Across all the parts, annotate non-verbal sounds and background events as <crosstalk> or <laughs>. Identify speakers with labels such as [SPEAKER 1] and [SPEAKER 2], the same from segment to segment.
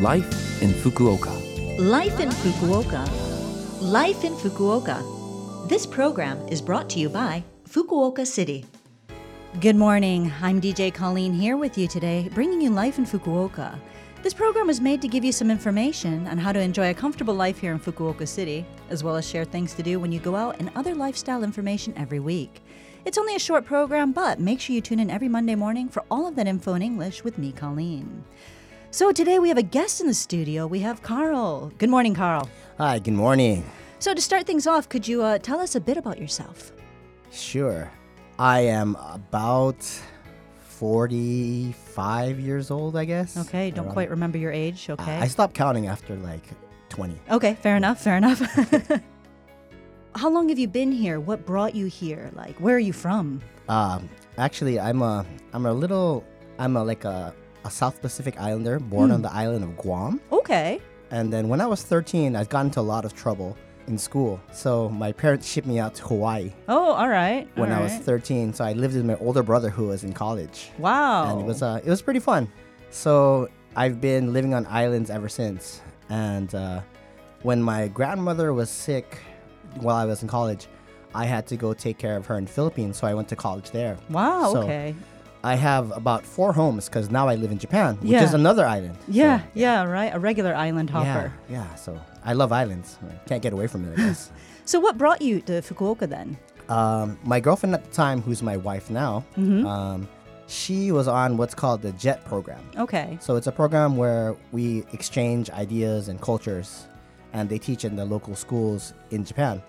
[SPEAKER 1] Life in Fukuoka.
[SPEAKER 2] Life in Fukuoka. Life in Fukuoka. This program is brought to you by Fukuoka City. Good morning. I'm DJ Colleen here with you today, bringing you Life in Fukuoka. This program was made to give you some information on how to enjoy a comfortable life here in Fukuoka City, as well as share things to do when you go out and other lifestyle information every week. It's only a short program, but make sure you tune in every Monday morning for all of that info in English with me, Colleen. So today we have a guest in the studio. We have Carl. Good morning, Carl.
[SPEAKER 3] Hi, good morning.
[SPEAKER 2] So to start things off, could you uh, tell us a bit about yourself?
[SPEAKER 3] Sure. I am about 45 years old, I guess.
[SPEAKER 2] Okay, don't
[SPEAKER 3] Around-
[SPEAKER 2] quite remember your age.
[SPEAKER 3] I-
[SPEAKER 2] Okay.
[SPEAKER 3] Uh, I stopped counting after like 20.
[SPEAKER 2] okay, fair enough, fair
[SPEAKER 3] <laughs>
[SPEAKER 2] enough. <laughs> How long have you been here? What brought you here? Like, where are you from?
[SPEAKER 3] Um, actually, I'm a I'm a little I'm a like a, a South Pacific Islander born
[SPEAKER 2] Hmm.
[SPEAKER 3] on the island of Guam.
[SPEAKER 2] Okay.
[SPEAKER 3] And then when I was 13, I got into a lot of trouble in school. So my parents shipped me out to Hawaii
[SPEAKER 2] Oh, all right.
[SPEAKER 3] when
[SPEAKER 2] all
[SPEAKER 3] I was
[SPEAKER 2] right.
[SPEAKER 3] 13. So I lived with my older brother who was in college.
[SPEAKER 2] Wow.
[SPEAKER 3] and it was uh, it was pretty fun. So I've been living on islands ever since. And uh, when my grandmother was sick while I was in college, I had to go take care of her in Philippines. So I went to college there.
[SPEAKER 2] wow.
[SPEAKER 3] So
[SPEAKER 2] okay.
[SPEAKER 3] I have about four homes because now I live in Japan, which
[SPEAKER 2] Yeah.
[SPEAKER 3] is another island. So,
[SPEAKER 2] Yeah, yeah, right. A regular island
[SPEAKER 3] yeah,
[SPEAKER 2] hopper.
[SPEAKER 3] yeah. So I love islands. I can't get away from it. I
[SPEAKER 2] <laughs>
[SPEAKER 3] guess.
[SPEAKER 2] So, what brought you to Fukuoka then?
[SPEAKER 3] um, my girlfriend at the time, who's my wife now,
[SPEAKER 2] Mm-hmm.
[SPEAKER 3] um, she was on what's called the JET program.
[SPEAKER 2] Okay.
[SPEAKER 3] So it's a program where we exchange ideas and cultures, and they teach in the local schools in Japan.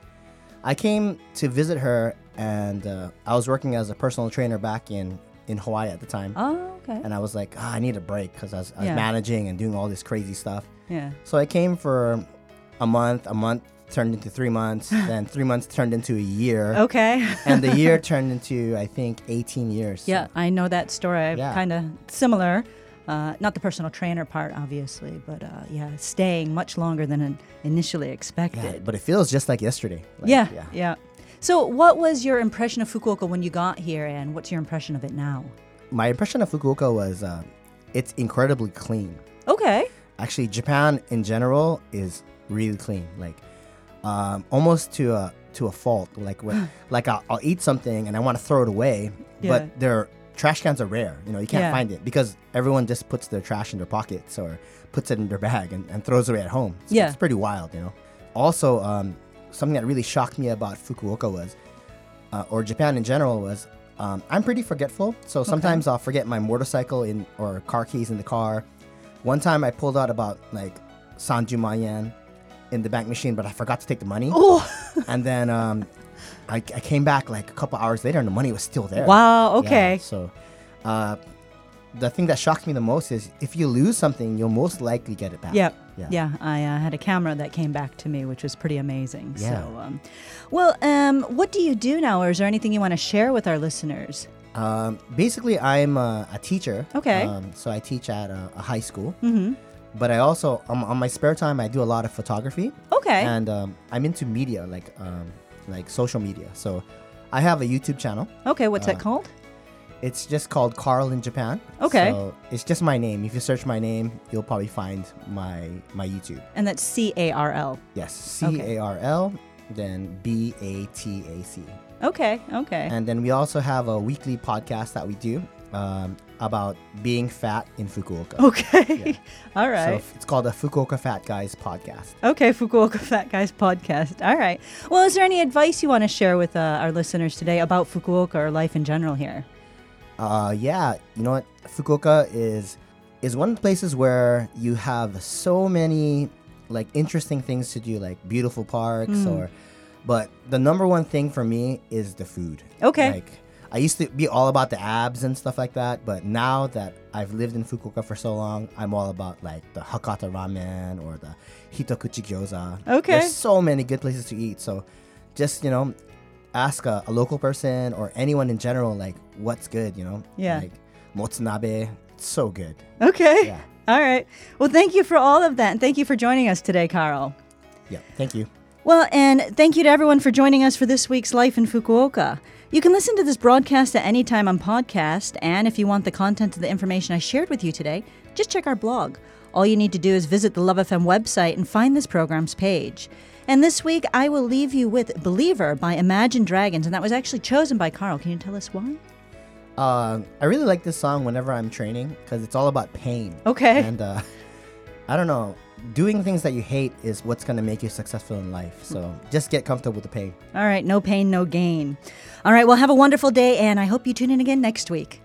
[SPEAKER 3] I came to visit her, and uh, I was working as a personal trainer back in in Hawaii at the time.
[SPEAKER 2] Oh, okay.
[SPEAKER 3] And I was like, "Ah, I need a break because I was, I was
[SPEAKER 2] Yeah.
[SPEAKER 3] managing and doing all this crazy stuff.
[SPEAKER 2] Yeah.
[SPEAKER 3] So I came for a month. A month turned into three
[SPEAKER 2] <laughs>
[SPEAKER 3] months. then three months turned into a year.
[SPEAKER 2] Okay. <laughs>
[SPEAKER 3] and the year turned into I think 18 years. So-
[SPEAKER 2] Yeah, I know that story. I've
[SPEAKER 3] Yeah.
[SPEAKER 2] kind of similar. Uh, not the personal trainer part, obviously, but uh, yeah, staying much longer than in- initially expected.
[SPEAKER 3] Yeah, but it feels just like yesterday. Like,
[SPEAKER 2] yeah, yeah, So, what was your impression of Fukuoka when you got here, and what's your impression of it now?
[SPEAKER 3] my impression of Fukuoka was uh, it's incredibly clean.
[SPEAKER 2] Okay.
[SPEAKER 3] Actually, Japan in general is really clean, like um, almost to a to a fault. Like
[SPEAKER 2] <laughs>
[SPEAKER 3] when, like I'll, I'll eat something and I want to throw it away,
[SPEAKER 2] Yeah.
[SPEAKER 3] but their trash cans are rare. You know, you can't
[SPEAKER 2] Yeah.
[SPEAKER 3] find it because everyone just puts their trash in their pockets or puts it in their bag and, and throws it away at home. So
[SPEAKER 2] Yeah.
[SPEAKER 3] it's pretty wild, you know. Also, um, something that really shocked me about Fukuoka was uh, or Japan in general was um, I'm pretty forgetful. So sometimes I'll forget my motorcycle in or car keys in the car. One time I pulled out about like sanjuma yen in the bank machine, but I forgot to take the money.
[SPEAKER 2] Oh.
[SPEAKER 3] And then um, I, I came back like a couple hours later, and the money was still there.
[SPEAKER 2] Wow.
[SPEAKER 3] Yeah,
[SPEAKER 2] Okay.
[SPEAKER 3] so uh, the thing that shocks me the most is if you lose something, you'll most likely get it back.
[SPEAKER 2] Yep. Yeah. I uh, had a camera that came back to me, which was pretty amazing.
[SPEAKER 3] Yeah.
[SPEAKER 2] So, um, well, um, what do you do now, or is there anything you want to share with our listeners?
[SPEAKER 3] Um, basically, I'm a, a teacher.
[SPEAKER 2] Okay.
[SPEAKER 3] Um, so I teach at a, a high school. Mm-hmm. But I also, um, on my spare time, I do a lot of photography.
[SPEAKER 2] Okay.
[SPEAKER 3] And um, I'm into media, like um, like social media. So I have a YouTube channel.
[SPEAKER 2] okay. What's
[SPEAKER 3] uh,
[SPEAKER 2] that called?
[SPEAKER 3] It's just called Carl in Japan.
[SPEAKER 2] Okay.
[SPEAKER 3] So it's just my name. If you search my name, you'll probably find my my YouTube.
[SPEAKER 2] And that's C A R L.
[SPEAKER 3] Yes, C
[SPEAKER 2] Okay.
[SPEAKER 3] A R L, then B A T A C.
[SPEAKER 2] Okay. Okay.
[SPEAKER 3] And then we also have a weekly podcast that we do um, about being fat in Fukuoka.
[SPEAKER 2] <laughs> Okay. <laughs> All
[SPEAKER 3] So
[SPEAKER 2] right.
[SPEAKER 3] f- it's called the Fukuoka Fat Guys podcast.
[SPEAKER 2] okay, Fukuoka <laughs> Fat Guys podcast. All right. Well, is there any advice you want to share with uh, our listeners today about Fukuoka or life in general here?
[SPEAKER 3] Uh, yeah, you know what? Fukuoka is is one of the places where you have so many like interesting things to do, like beautiful parks
[SPEAKER 2] Hmm.
[SPEAKER 3] or. But the number one thing for me is the food.
[SPEAKER 2] Okay.
[SPEAKER 3] Like I used to be all about the abs and stuff like that, but now that I've lived in Fukuoka for so long, I'm all about like the Hakata ramen or the Hitokuchi gyoza.
[SPEAKER 2] Okay.
[SPEAKER 3] There's so many good places to eat. So just, you know, ask a, a local person or anyone in general, like, what's good, you know?
[SPEAKER 2] Yeah.
[SPEAKER 3] Like, motsunabe, it's so good.
[SPEAKER 2] Okay.
[SPEAKER 3] Yeah.
[SPEAKER 2] All right. Well, thank you for all of that. And thank you for joining us today, Carl.
[SPEAKER 3] Yeah, thank you.
[SPEAKER 2] Well, and thank you to everyone for joining us for this week's Life in Fukuoka. You can listen to this broadcast at any time on podcast, and if you want the content of the information I shared with you today, just check our blog. All you need to do is visit the Love FM website and find this program's page. And this week, I will leave you with Believer by Imagine Dragons, and that was actually chosen by Carl. Can you tell us why?
[SPEAKER 3] Uh, I really like this song whenever I'm training because it's all about pain.
[SPEAKER 2] Okay.
[SPEAKER 3] And uh, <laughs> I don't know, doing things that you hate is what's going to make you successful in life. So
[SPEAKER 2] Hmm.
[SPEAKER 3] just get comfortable with the pain.
[SPEAKER 2] All right, no pain, no gain. All right, well, have a wonderful day, and I hope you tune in again next week.